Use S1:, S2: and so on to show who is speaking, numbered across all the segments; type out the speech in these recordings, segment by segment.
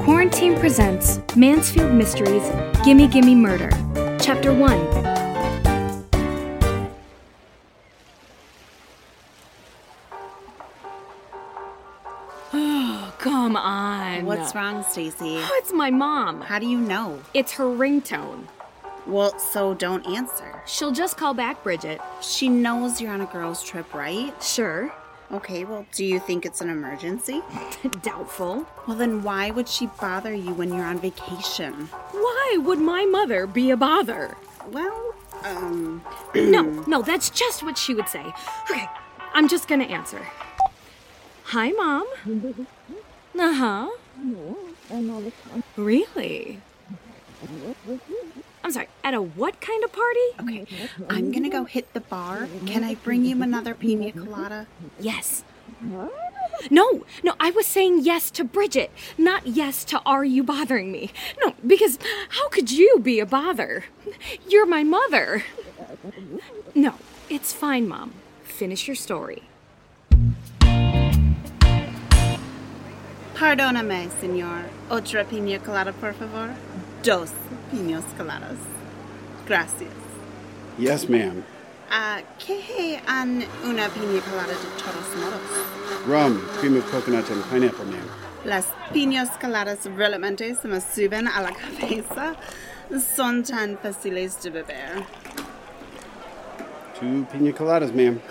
S1: Quarantine presents Mansfield Mysteries Gimme Gimme Murder, Chapter 1. Oh, come on.
S2: What's wrong, Stacy?
S1: Oh, it's my mom.
S2: How do you know?
S1: It's her ringtone.
S2: Well, so don't answer.
S1: She'll just call back, Bridget.
S2: She knows you're on a girls' trip, right?
S1: Sure.
S2: Okay, well, do you think it's an emergency?
S1: Doubtful.
S2: Well, then why would she bother you when you're on vacation?
S1: Why would my mother be a bother?
S2: Well, um,
S1: No, no, that's just what she would say. Okay, I'm just gonna answer. Hi, Mom. Uh huh. Really? I'm sorry, at a what kind of party?
S2: okay, I'm gonna go hit the bar. Can I bring you another pina colada?
S1: Yes. No, no, I was saying yes to Bridget, not yes to are you bothering me. No, because how could you be a bother? You're my mother. No, it's fine, Mom. Finish your story.
S2: Perdóname, señor. Otra pina colada, por favor. Dos pinos coladas. Gracias.
S3: Yes, ma'am.
S2: Uh, que hay en una pina colada de todos modos?
S3: Rum, cream of coconut, and pineapple, ma'am.
S2: Las piñas coladas realmente se me suben a la cabeza. Son tan fáciles de beber.
S3: Two pina coladas, ma'am.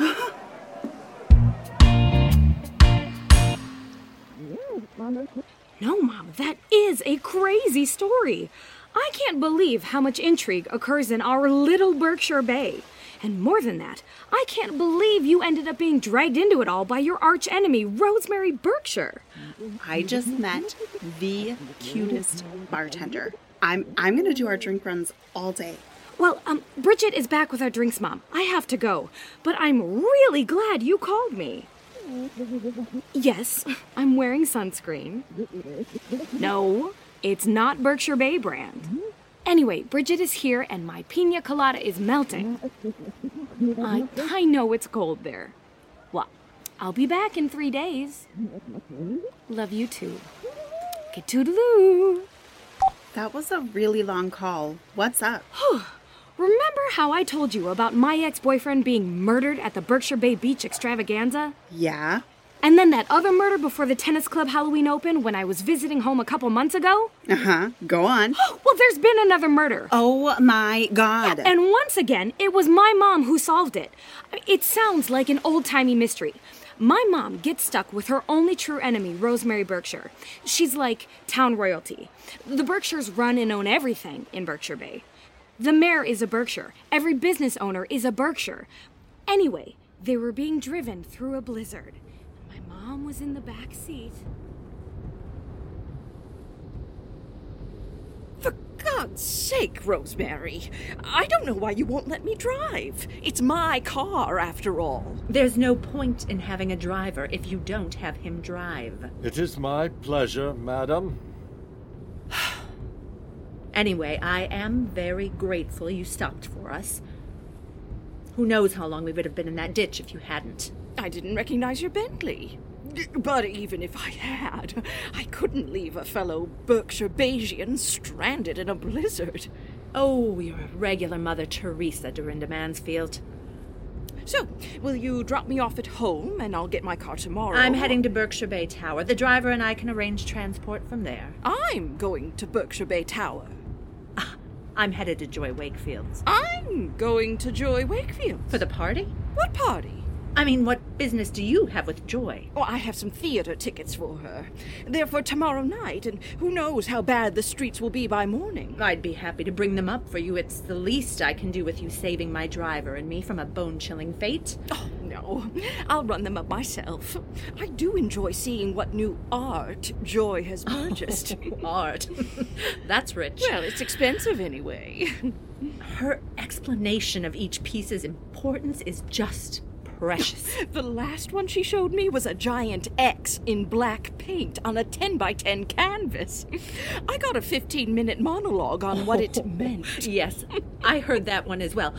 S1: No, Mom, that is a crazy story. I can't believe how much intrigue occurs in our little Berkshire Bay. And more than that, I can't believe you ended up being dragged into it all by your arch enemy, Rosemary Berkshire.
S2: I just met the cutest bartender. I'm I'm gonna do our drink runs all day.
S1: Well, um, Bridget is back with our drinks, Mom. I have to go. But I'm really glad you called me. Yes, I'm wearing sunscreen. No, it's not Berkshire Bay brand. Anyway, Bridget is here and my pina colada is melting. I, I know it's cold there. Well, I'll be back in three days. Love you too. Get toodaloo.
S2: That was a really long call. What's up?
S1: Remember how I told you about my ex boyfriend being murdered at the Berkshire Bay Beach extravaganza?
S2: Yeah.
S1: And then that other murder before the tennis club Halloween open when I was visiting home a couple months ago?
S2: Uh huh. Go on.
S1: Well, there's been another murder.
S2: Oh my god.
S1: And once again, it was my mom who solved it. I mean, It sounds like an old timey mystery. My mom gets stuck with her only true enemy, Rosemary Berkshire. She's like town royalty. The Berkshires run and own everything in Berkshire Bay. The mayor is a Berkshire, every business owner is a Berkshire. Anyway, they were being driven through a blizzard. My mom was in the back seat.
S4: For God's sake, Rosemary. I don't know why you won't let me drive. It's my car, after all.
S5: There's no point in having a driver if you don't have him drive.
S6: It is my pleasure, madam.
S5: Anyway, I am very grateful you stopped for us. Who knows how long we would have been in that ditch if you hadn't.
S4: I didn't recognize your Bentley. But even if I had, I couldn't leave a fellow Berkshire Bayesian stranded in a blizzard.
S5: Oh, you're a regular Mother Teresa, Dorinda Mansfield.
S4: So, will you drop me off at home and I'll get my car tomorrow?
S5: I'm heading to Berkshire Bay Tower. The driver and I can arrange transport from there.
S4: I'm going to Berkshire Bay Tower.
S5: Ah, I'm headed to Joy Wakefield's.
S4: I'm going to Joy Wakefield.
S5: For the party?
S4: What party?
S5: I mean, what business do you have with Joy?
S4: Oh, I have some theater tickets for her. They're for tomorrow night, and who knows how bad the streets will be by morning.
S5: I'd be happy to bring them up for you. It's the least I can do with you saving my driver and me from a bone chilling fate.
S4: Oh, no. I'll run them up myself. I do enjoy seeing what new art Joy has
S5: Oh.
S4: purchased.
S5: Art. That's rich.
S4: well, it's expensive anyway.
S5: Her explanation of each piece's importance is just precious.
S4: The last one she showed me was a giant X in black paint on a 10 by 10 canvas. I got a 15 minute monologue on what it meant.
S5: yes, I heard that one as well.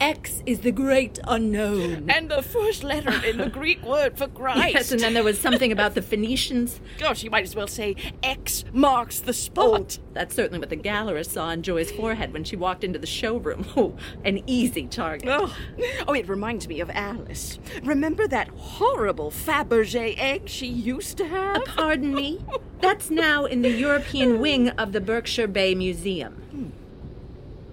S5: X is the great unknown.
S4: And the first letter in the Greek word for Christ.
S5: Yes, and then there was something about the Phoenicians.
S4: Gosh, you Oh, might as well say X marks the spot.
S5: That's certainly what the gallerist saw on Joy's forehead when she walked into the showroom. Oh, an easy target.
S4: Oh. oh, it reminds me of Alice. Remember that horrible Fabergé egg she used to have?
S5: Pardon me? That's now in the European wing of the Berkshire Bay Museum.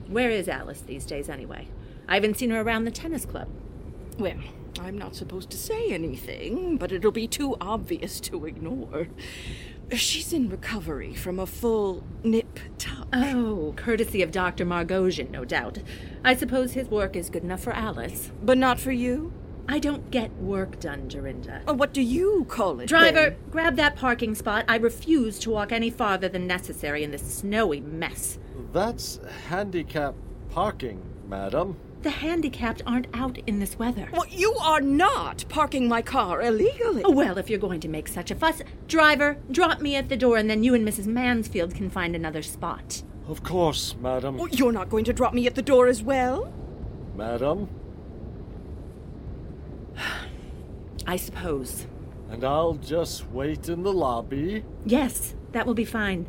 S5: Where is Alice these days, anyway? I haven't seen her around the tennis club.
S4: Well, I'm not supposed to say anything, but it'll be too obvious to ignore. She's in recovery from a full nip tuck.
S5: Oh, courtesy of Dr. Margosian, no doubt. I suppose his work is good enough for Alice.
S4: but not for you?
S5: I don't get work done, Dorinda.
S4: Uh, What do you call it?
S5: Driver,
S4: then?
S5: grab that parking spot. I refuse to walk any farther than necessary in this snowy mess.
S6: That's handicap parking, madam.
S5: The handicapped aren't out in this weather.
S4: Well, you are not parking my car illegally.
S5: Oh, well, if you're going to make such a fuss, driver, drop me at the door and then you and Mrs. Mansfield can find another spot.
S6: Of course, madam.
S4: Well, You're not going to drop me at the door as well?
S6: Madam,
S5: I suppose.
S6: and I'll just wait in the lobby.
S5: Yes, that will be fine.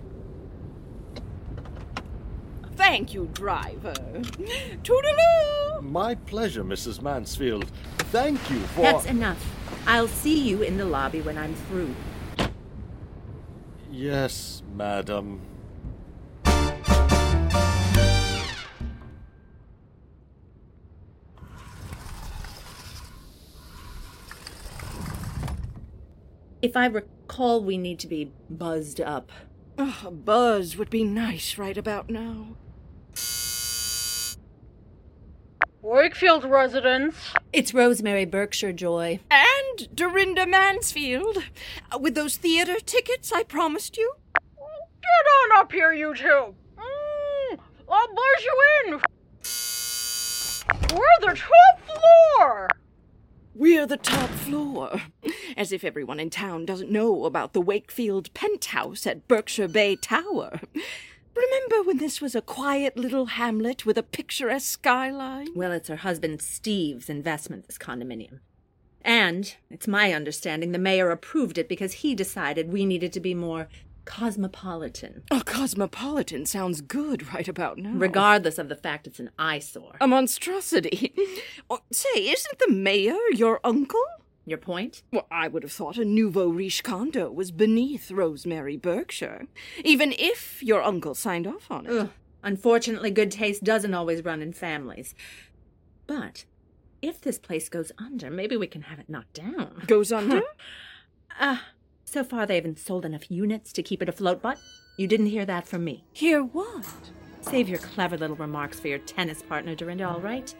S4: Thank you, driver. Toodaloo!
S6: My pleasure, Mrs. Mansfield. Thank you for.
S5: That's enough. I'll see you in the lobby when I'm through.
S6: yes, madam.
S5: If I recall, we need to be buzzed up.
S4: Ah, a buzz would be nice right about now.
S7: Wakefield residents.
S5: It's Rosemary Berkshire Joy.
S4: And Dorinda Mansfield, uh, with those theater tickets I promised you.
S7: Get on up here, you two. Mm, I'll buzz you in. We're the top floor.
S4: We're the top floor. As if everyone in town doesn't know about the Wakefield penthouse at Berkshire Bay Tower. Remember when this was a quiet little hamlet with a picturesque skyline?
S5: Well, it's her husband Steve's investment, this condominium. And it's my understanding the mayor approved it because he decided we needed to be more cosmopolitan,
S4: Oh, cosmopolitan sounds good right about
S5: Oh.
S4: now.
S5: regardless of the fact it's an eyesore.
S4: a monstrosity. Oh, say, isn't the mayor your uncle?
S5: Your point?
S4: Well, I would have thought a nouveau riche condo was beneath Rosemary Berkshire, even if your uncle signed off on it.
S5: Ugh. Unfortunately, good taste doesn't always run in families. But if this place goes under, maybe we can have it knocked down.
S4: Goes under?
S5: Ah, so far they haven't sold enough units to keep it afloat, but you didn't hear that from me.
S4: Hear what?
S5: Save your clever little remarks for your tennis partner, Dorinda, all right?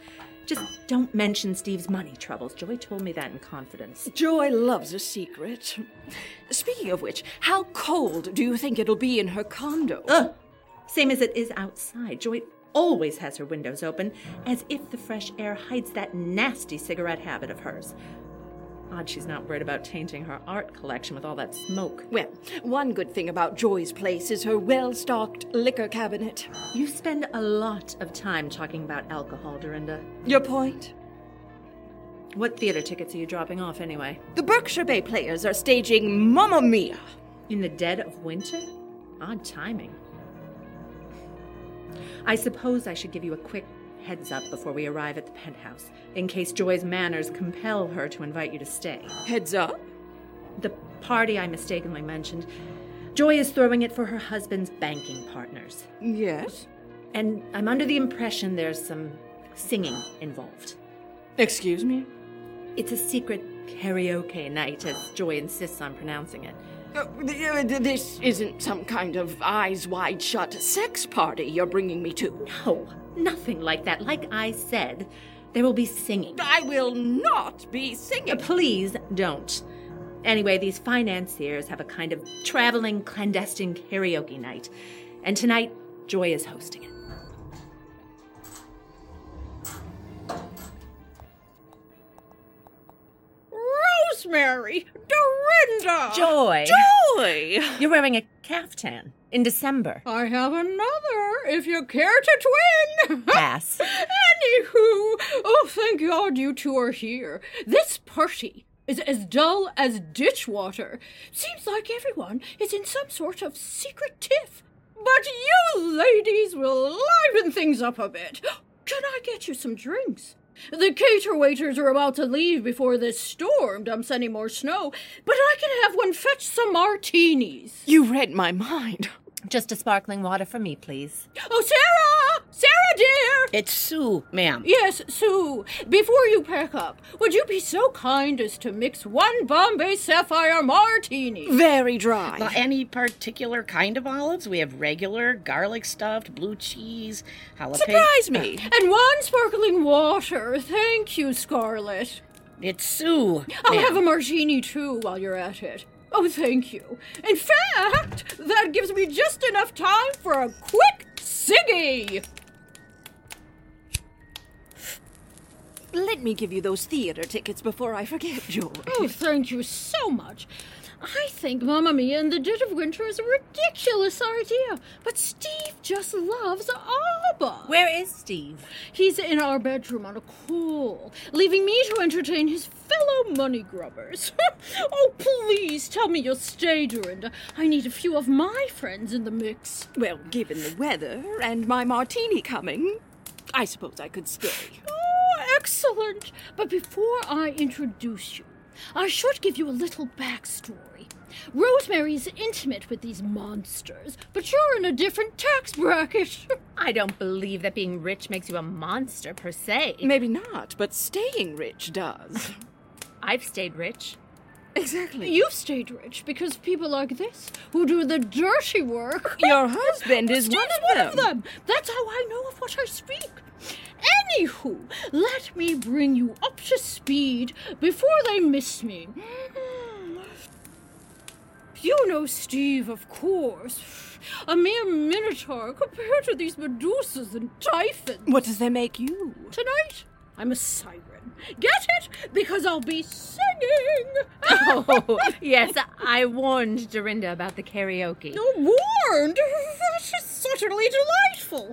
S5: Just don't mention Steve's money troubles. Joy told me that in confidence.
S4: Joy loves a secret. Speaking of which, how cold do you think it'll be in her condo?
S5: Ugh! Same as it is outside. Joy always has her windows open, as if the fresh air hides that nasty cigarette habit of hers. Odd she's not worried about tainting her art collection with all that smoke.
S4: Well, one good thing about Joy's place is her well stocked liquor cabinet.
S5: You spend a lot of time talking about alcohol, Dorinda.
S4: Your point?
S5: What theater tickets are you dropping off anyway?
S4: The Berkshire Bay Players are staging Mamma Mia.
S5: In the dead of winter? Odd timing. I suppose I should give you a quick heads up before we arrive at the penthouse, in case Joy's manners compel her to invite you to stay.
S4: Heads up.
S5: The party I mistakenly mentioned, Joy is throwing it for her husband's banking partners.
S4: Yes.
S5: And I'm under the impression there's some singing involved.
S4: Excuse me?
S5: It's a secret karaoke night, as Joy insists on pronouncing it.
S4: Uh, th- uh, th- This isn't some kind of eyes wide shut sex party you're bringing me to.
S5: No, Oh, nothing like that. Like I said, there will be singing.
S4: I will not be singing.
S5: Please don't. Anyway, these financiers have a kind of traveling clandestine karaoke night, and tonight Joy is hosting it.
S7: Rosemary, Dorinda.
S5: Joy!
S4: Boy!
S5: You're wearing a caftan in December.
S7: I have another, if you care to twin.
S5: Pass.
S7: Anywho, oh, thank God you two are here. This party is as dull as ditch water. Seems like everyone is in some sort of secret tiff. But you ladies will liven things up a bit. Can I get you some drinks? The cater waiters are about to leave before this storm dumps any more snow, but I can have one fetch some martinis.
S4: You read my mind.
S5: Just a sparkling water for me, please.
S7: Oh, Sarah! Sarah, dear!
S8: It's Sue, ma'am.
S7: Yes, Sue, before you pack up, would you be so kind as to mix one Bombay Sapphire martini?
S4: Very dry.
S8: Uh, any particular kind of olives? We have regular, garlic stuffed, blue cheese, jalapeno.
S4: Surprise me.
S7: And one sparkling water. Thank you, Scarlet.
S8: It's Sue.
S7: I'll have a martini too while you're at it. Oh, thank you. In fact, that gives me just enough time for a quick ciggy.
S4: Let me give you those theater tickets before I forget, Joy.
S7: Oh, thank you so much. I think Mamma Mia and the Dead of Winter is a ridiculous idea, but Steve just loves ABBA.
S5: Where is Steve?
S7: He's in our bedroom on a call, leaving me to entertain his fellow money grubbers. oh, please tell me you'll stay, Dorinda. I need a few of my friends in the mix.
S4: Well, given the weather and my martini coming, I suppose I could stay.
S7: Oh, excellent. But before I introduce you, I should give you a little backstory. Rosemary is intimate with these monsters, but you're in a different tax bracket.
S5: I don't believe that being rich makes you a monster per se.
S4: Maybe not, but staying rich does.
S5: I've stayed rich.
S4: Exactly.
S7: You've stayed rich because people like this, who do the dirty work,
S4: Your husband is one
S7: Steve's
S4: of them.
S7: That's how I know of what I speak. Anywho, let me bring you up to speed before they miss me. You know Steve, of course. A mere minotaur compared to these Medusas and Typhons.
S4: What does that make you?
S7: Tonight, I'm a siren. Get it? Because I'll be singing.
S5: Oh, yes, I warned Dorinda about the karaoke.
S7: warned. That is certainly delightful.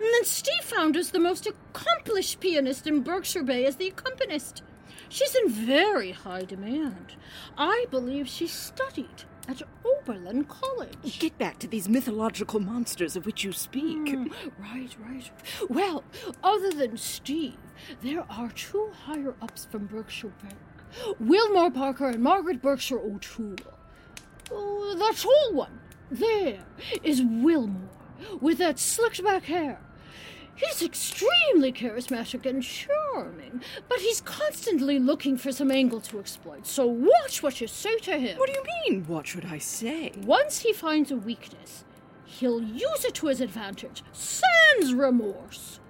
S7: And then Steve found us the most accomplished pianist in Berkshire Bay as the accompanist. She's in very high demand. I believe she studied at Oberlin College.
S4: Get back to these mythological monsters of which you speak.
S7: Right, right. Well, other than Steve, there are two higher ups from Berkshire Bank Wilmore Parker and Margaret Berkshire O'Toole. Oh, the tall one. There is Wilmore, with that slicked back hair. He's extremely charismatic and charming, but he's constantly looking for some angle to exploit, so watch what you say to him.
S4: What do you mean? What should I say?
S7: Once he finds a weakness, he'll use it to his advantage, sans remorse.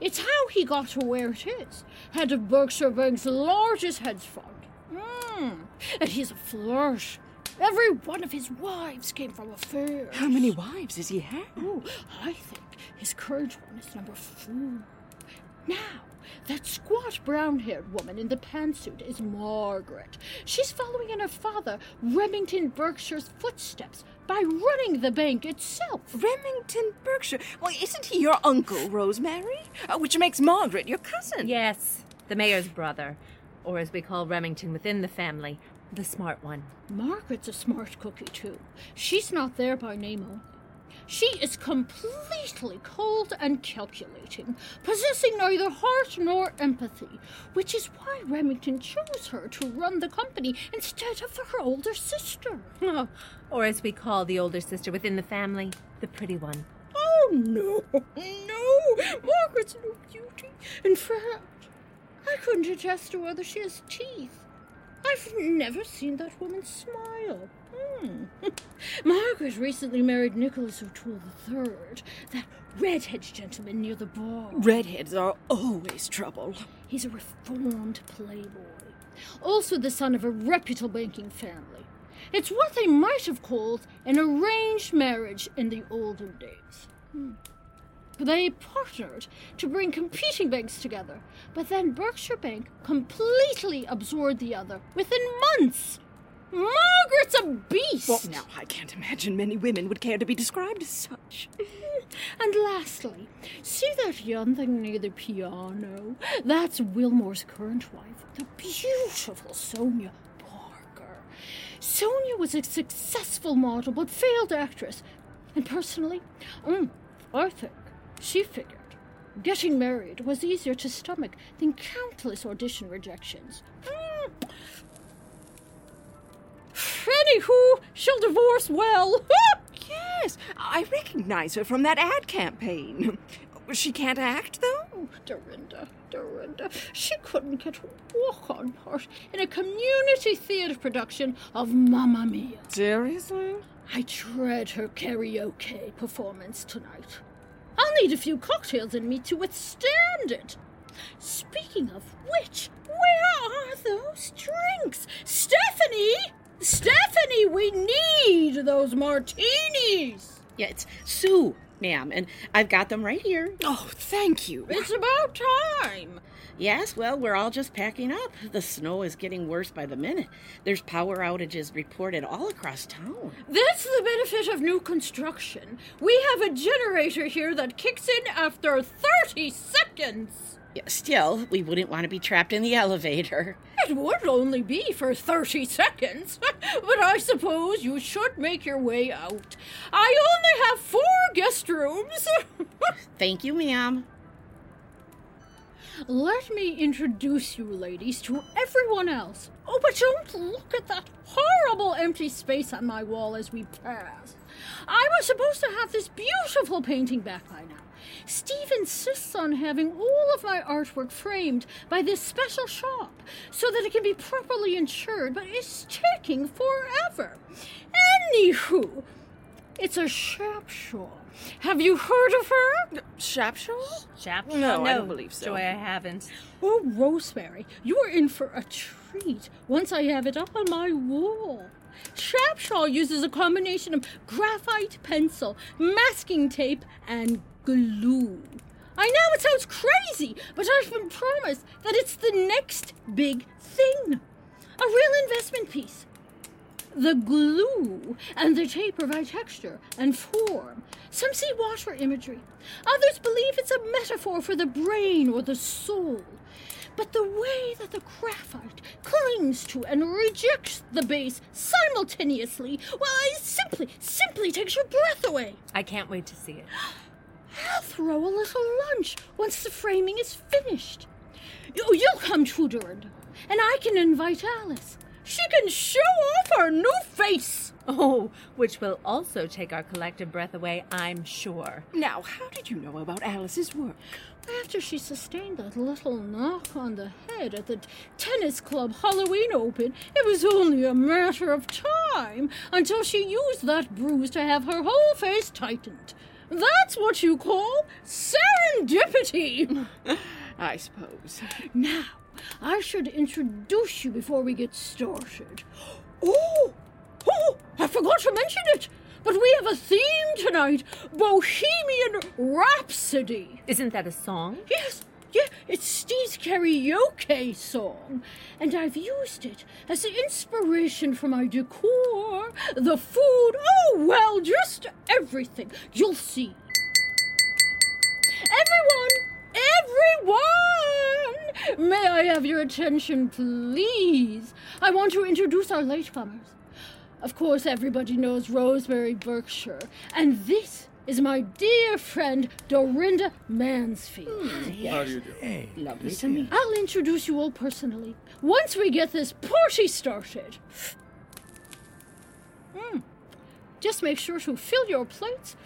S7: It's how he got to where it is, head of Berkshire Bank's largest hedge fund. Mm. And he's a flirt. Every one of his wives came from affairs.
S4: How many wives has he had?
S7: Ooh, I think his current one is number four. Now, that squat brown haired woman in the pantsuit is Margaret. She's following in her father, Remington Berkshire's footsteps by running the bank itself.
S4: Remington Berkshire. Why, isn't he your uncle, Rosemary? Uh, which makes Margaret your cousin.
S5: Yes, the mayor's brother, or as we call Remington within the family, the smart one.
S7: Margaret's a smart cookie, too. She's not there by name only. She is completely cold and calculating, possessing neither heart nor empathy, which is why Remington chose her to run the company instead of her older sister.
S5: Or as we call the older sister within the family, the pretty one.
S7: Oh, no, no! Margaret's no beauty. In fact, I couldn't attest to whether she has teeth. I've never seen that woman smile. Hmm. Margaret recently married Nicholas O'Toole III, that redheaded gentleman near the bar.
S4: Redheads are always trouble.
S7: He's a reformed playboy, also the son of a reputable banking family. It's what they might have called an arranged marriage in the olden days. Hmm. they partnered to bring competing banks together, but then Berkshire Bank completely absorbed the other within months. Margaret's a beast!
S4: Well, now I can't imagine many women would care to be described as such.
S7: And lastly, see that young thing near the piano? That's Wilmore's current wife, the beautiful Sonia Parker. Sonia was a successful model but failed actress. And personally, mm, I think she figured getting married was easier to stomach than countless audition rejections. Mm. Anywho, she'll divorce well.
S4: Yes, I recognize her from that ad campaign. She can't act, though?
S7: Oh, Dorinda, Dorinda, she couldn't get a walk on part in a community theatre production of Mamma Mia.
S4: Seriously?
S7: I dread her karaoke performance tonight. I'll need a few cocktails in me to withstand it. Speaking of which, where are those drinks? Stephanie! Stephanie, we need those martinis!
S8: Yeah, it's Sue, ma'am, and I've got them right here.
S4: Oh, thank you.
S7: It's about time!
S8: Yes, well, we're all just packing up. The snow is getting worse by the minute. There's power outages reported all across town.
S7: That's the benefit of new construction. We have a generator here that kicks in after 30 seconds!
S8: Yeah, still, we wouldn't want to be trapped in the elevator.
S7: It would only be for 30 seconds, but I suppose you should make your way out. I only have four guest rooms.
S8: Thank you, ma'am.
S7: Let me introduce you, ladies, to everyone else. Oh, but don't look at that horrible empty space on my wall as we pass. I was supposed to have this beautiful painting back by now. Steve insists on having all of my artwork framed by this special shop so that it can be properly insured, but it's taking forever. Anywho, it's a Shapshaw. Have you heard of her?
S4: Shapshaw?
S5: Chap? Oh,
S4: No, I don't believe so.
S5: Joy, I haven't.
S7: Oh, Rosemary, you're in for a treat once I have it up on my wall. Shapshaw uses a combination of graphite pencil, masking tape, and glue. I know it sounds crazy, but I've been promised that it's the next big thing. A real investment piece. The glue and the tape provide texture and form. Some see water imagery. Others believe it's a metaphor for the brain or the soul. But the way that the graphite clings to and rejects the base simultaneously, well, it simply, simply takes your breath away.
S5: I can't wait to see it.
S7: I'll throw a little lunch once the framing is finished. You- You'll come too, Dorinda, and I can invite Alice. She can show off her new face.
S5: Oh, which will also take our collective breath away, I'm sure.
S4: Now, how did you know about Alice's work?
S7: After she sustained that little knock on the head at the t- tennis club Halloween Open, it was only a matter of time until she used that bruise to have her whole face tightened. That's what you call serendipity.
S4: I suppose.
S7: Now, I should introduce you before we get started. Oh, oh, I forgot to mention it, but we have a theme tonight Bohemian Rhapsody.
S5: Isn't that a song?
S7: Yes, yeah, it's Steve's karaoke song, and I've used it as the inspiration for my decor, the food, oh, well, just everything. You'll see. Everyone! Everyone! May I have your attention, please? I want to introduce our latecomers. Of course, everybody knows Rosemary Berkshire, and this is my dear friend Dorinda Mansfield.
S6: How do you do?
S8: Lovely to meet
S7: I'll introduce you all personally once we get this party started. Mm. Just make sure to fill your plates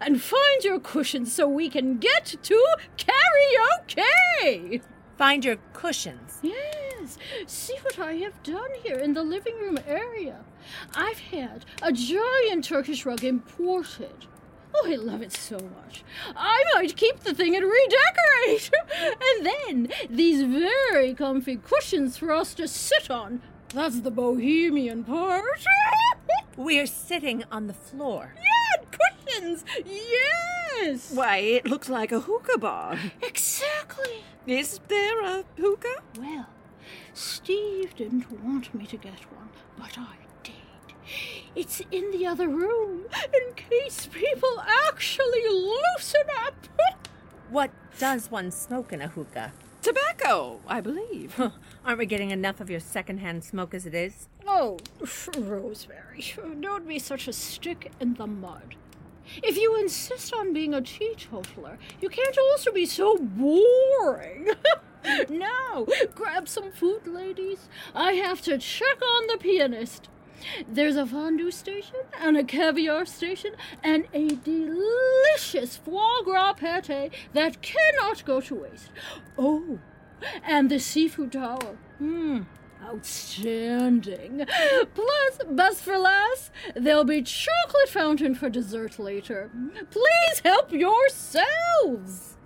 S7: and find your cushions so we can get to karaoke.
S5: Find your cushions.
S7: Yes. See what I have done here in the living room area. I've had a giant Turkish rug imported. Oh, I love it so much. I might keep the thing and redecorate. and then these very comfy cushions for us to sit on. That's the bohemian part.
S5: We're sitting on the floor.
S7: Yeah, cushions. Yeah.
S8: is.
S4: Why, it looks like a hookah bar.
S7: Exactly.
S4: Is there a hookah?
S7: Well, Steve didn't want me to get one, but I did. It's in the other room, in case people actually loosen up.
S5: What does one smoke in a hookah?
S4: Tobacco, I believe.
S5: Aren't we getting enough of your secondhand smoke as it is?
S7: oh, Rosemary, don't be such a stick in the mud. If you insist on being a teetotaler, you can't also be so boring. now, grab some food, ladies. I have to check on the pianist. There's a fondue station and a caviar station and a delicious foie gras pate that cannot go to waste. Oh, and the seafood tower. Mmm, outstanding. Plus, best for last, there'll be chocolate fountain for dessert later. Please help yourselves.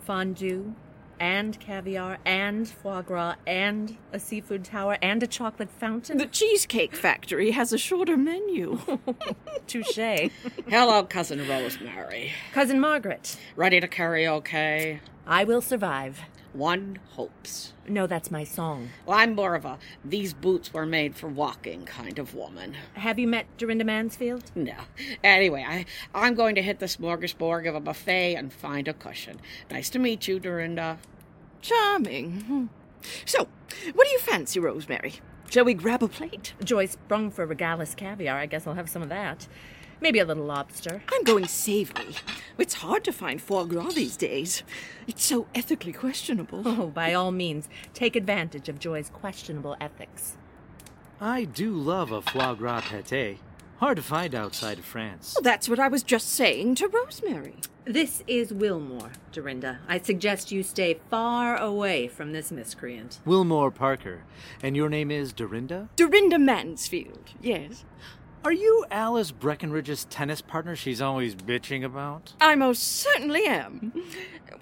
S5: Fondue and caviar and foie gras and a seafood tower and a chocolate fountain?
S4: The Cheesecake Factory has a shorter menu.
S5: Touche.
S8: Hello, cousin Rosemary.
S5: Cousin Margaret,
S8: Ready to karaoke?
S5: I will survive.
S8: One hopes.
S5: No, that's my song.
S8: Well, I'm more of a these boots were made for walking kind of woman.
S5: Have you met Dorinda Mansfield?
S8: No. Anyway, I, I'm going to hit the smorgasbord of a buffet and find a cushion. Nice to meet you, Dorinda.
S4: Charming. Hmm. So, what do you fancy, Rosemary? Shall we grab a plate?
S5: Joyce sprung for regalis caviar. I guess I'll have some of that. Maybe a little lobster.
S4: I'm going savory. It's hard to find foie gras these days. It's so ethically questionable.
S5: Oh, by all means, take advantage of Joy's questionable ethics.
S9: I do love a foie gras pate. Hard to find outside of France.
S4: Well, that's what I was just saying to Rosemary.
S5: This is Wilmore, Dorinda. I suggest you stay far away from this miscreant.
S9: Wilmore Parker. And your name is Dorinda?
S4: Dorinda Mansfield, yes.
S9: Are you Alice Breckenridge's tennis partner she's always bitching about?
S4: I most certainly am.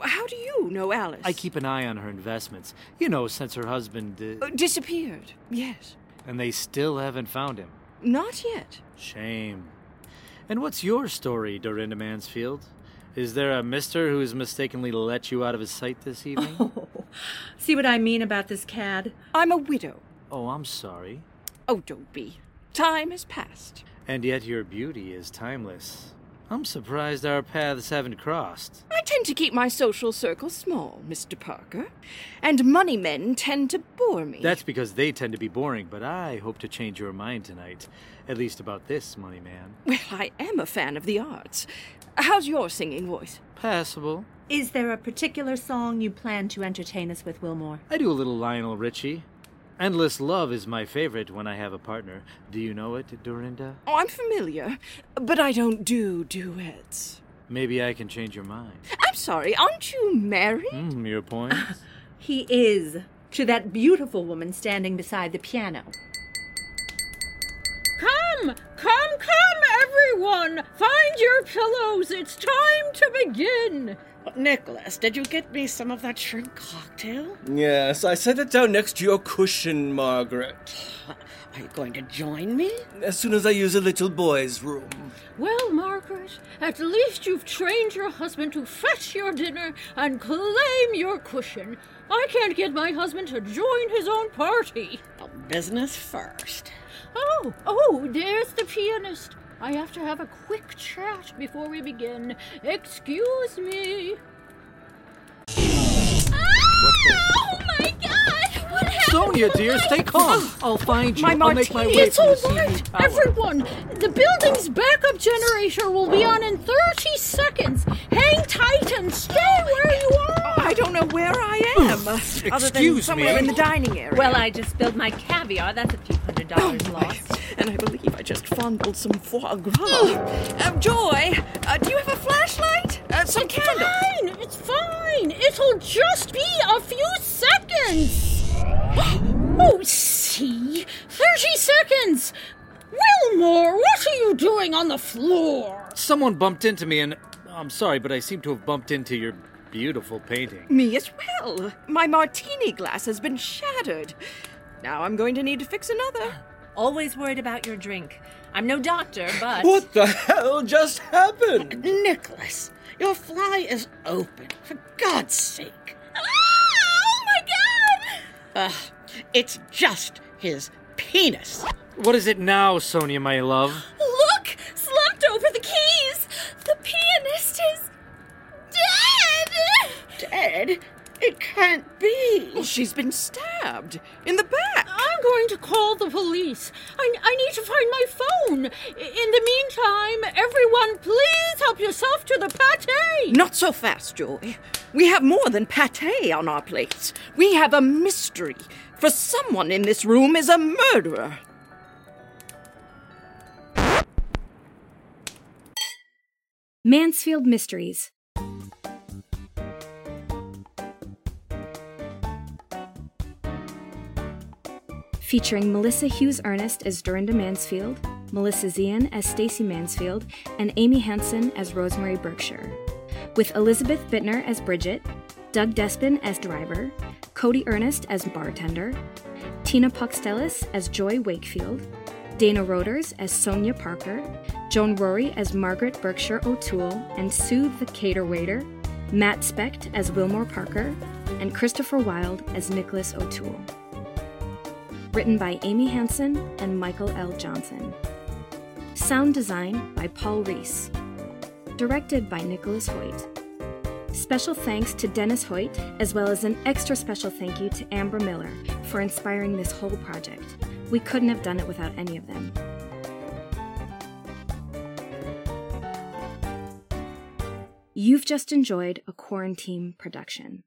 S4: How do you know Alice?
S9: I keep an eye on her investments. You know, since her husband. Uh,
S4: Uh, disappeared, yes.
S9: and they still haven't found him.
S4: Not yet.
S9: Shame. And what's your story, Dorinda Mansfield? Is there a mister who's mistakenly let you out of his sight this evening? Oh,
S5: See what I mean about this cad?
S4: I'm a widow.
S9: I'm sorry.
S4: Oh, don't be. Time has passed.
S9: And yet your beauty is timeless. I'm surprised our paths haven't crossed.
S4: I tend to keep my social circle small, Mr. Parker, and money men tend to bore me.
S9: That's because they tend to be boring, but I hope to change your mind tonight. At least about this, Money Man.
S4: Well, I am a fan of the arts. How's your singing voice?
S9: Passable.
S5: Is there a particular song you plan to entertain us with, Wilmore?
S9: I do a little Lionel Richie. Endless Love is my favorite when I have a partner. Do you know it, Dorinda?
S4: Oh, I'm familiar, but I don't do duets.
S9: Maybe I can change your mind.
S4: I'm sorry, aren't you married?
S9: Hmm, your point?
S5: He is to that beautiful woman standing beside the piano.
S7: Come, come, come, everyone! Find your pillows. It's time to begin.
S8: Nicholas, did you get me some of that shrimp cocktail?
S10: Yes, I set it down next to your cushion, Margaret.
S8: Are you going to join me?
S10: As soon as I use a little boy's room.
S7: Well, Margaret, at least you've trained your husband to fetch your dinner and claim your cushion. I can't get my husband to join his own party.
S8: Well, business first.
S7: Oh, oh, there's the pianist. I have to have a quick chat before we begin. Excuse me. Oh my god! What happened?
S9: Sonia, dear, stay calm. I'll find you.
S4: My
S9: I'll make my
S4: martini.
S9: way
S7: It's
S9: for
S7: all
S9: this evening's
S7: right,
S9: hour.
S7: everyone. The building's backup generator will be on in 30 seconds. Hang tight and stay where you are.
S4: I don't know where I am, other than
S10: excuse
S4: somewhere
S10: me.
S4: in the dining area.
S5: Well, I just spilled my caviar. That's a few hundred dollars
S7: Oh
S5: lost.
S4: and I believe I just fondled some foie gras. Uh, Joy, uh, do you have a flashlight? Uh, some candle?
S7: Fine, it's fine. It'll just be a few seconds. Oh, see? 30 seconds. Wilmore, what are you doing on the floor?
S9: Someone bumped into me, and I'm sorry, but I seem to have bumped into your beautiful painting.
S4: Me as well. My martini glass has been shattered. Now I'm going to need to fix another.
S5: Always worried about your drink.
S11: I'm no doctor, but.
S10: What the hell just happened?
S8: Nicholas, your fly is open. For God's sake.
S11: Oh my god!
S8: Ugh, it's just his penis.
S9: What is it now, Sonia, my love?
S11: Look! Slumped over the keys! The pianist is. dead!
S8: Dead? It can't be.
S4: she's been stabbed in the back.
S7: I'm going to call the police. I, I need to find my phone. I- In the meantime, everyone, please help yourself to the pate.
S4: Not so fast, Joy. We have more than pate on our plates. We have a mystery. For someone in this room is a murderer.
S1: Mansfield Mysteries. Featuring Melissa Hughes Ernest as Dorinda Mansfield, Melissa Zian as Stacy Mansfield, and Amy Hansen as Rosemary Berkshire. With Elizabeth Bittner as Bridget, Doug Despin as Driver, Cody Ernest as Bartender, Tina Puxtelis as Joy Wakefield, Dana Roders as Sonia Parker, Joan Rory as Margaret Berkshire O'Toole and Sue the Cater Waiter, Matt Specht as Wilmore Parker, and Christopher Wilde as Nicholas O'Toole. Written by Amy Hansen and Michael L. Johnson. Sound design by Paul Reese. Directed by Nicholas Hoyt. Special thanks to Dennis Hoyt, as well as an extra special thank you to Amber Miller for inspiring this whole project. We couldn't have done it without any of them. You've just enjoyed a quarantine production.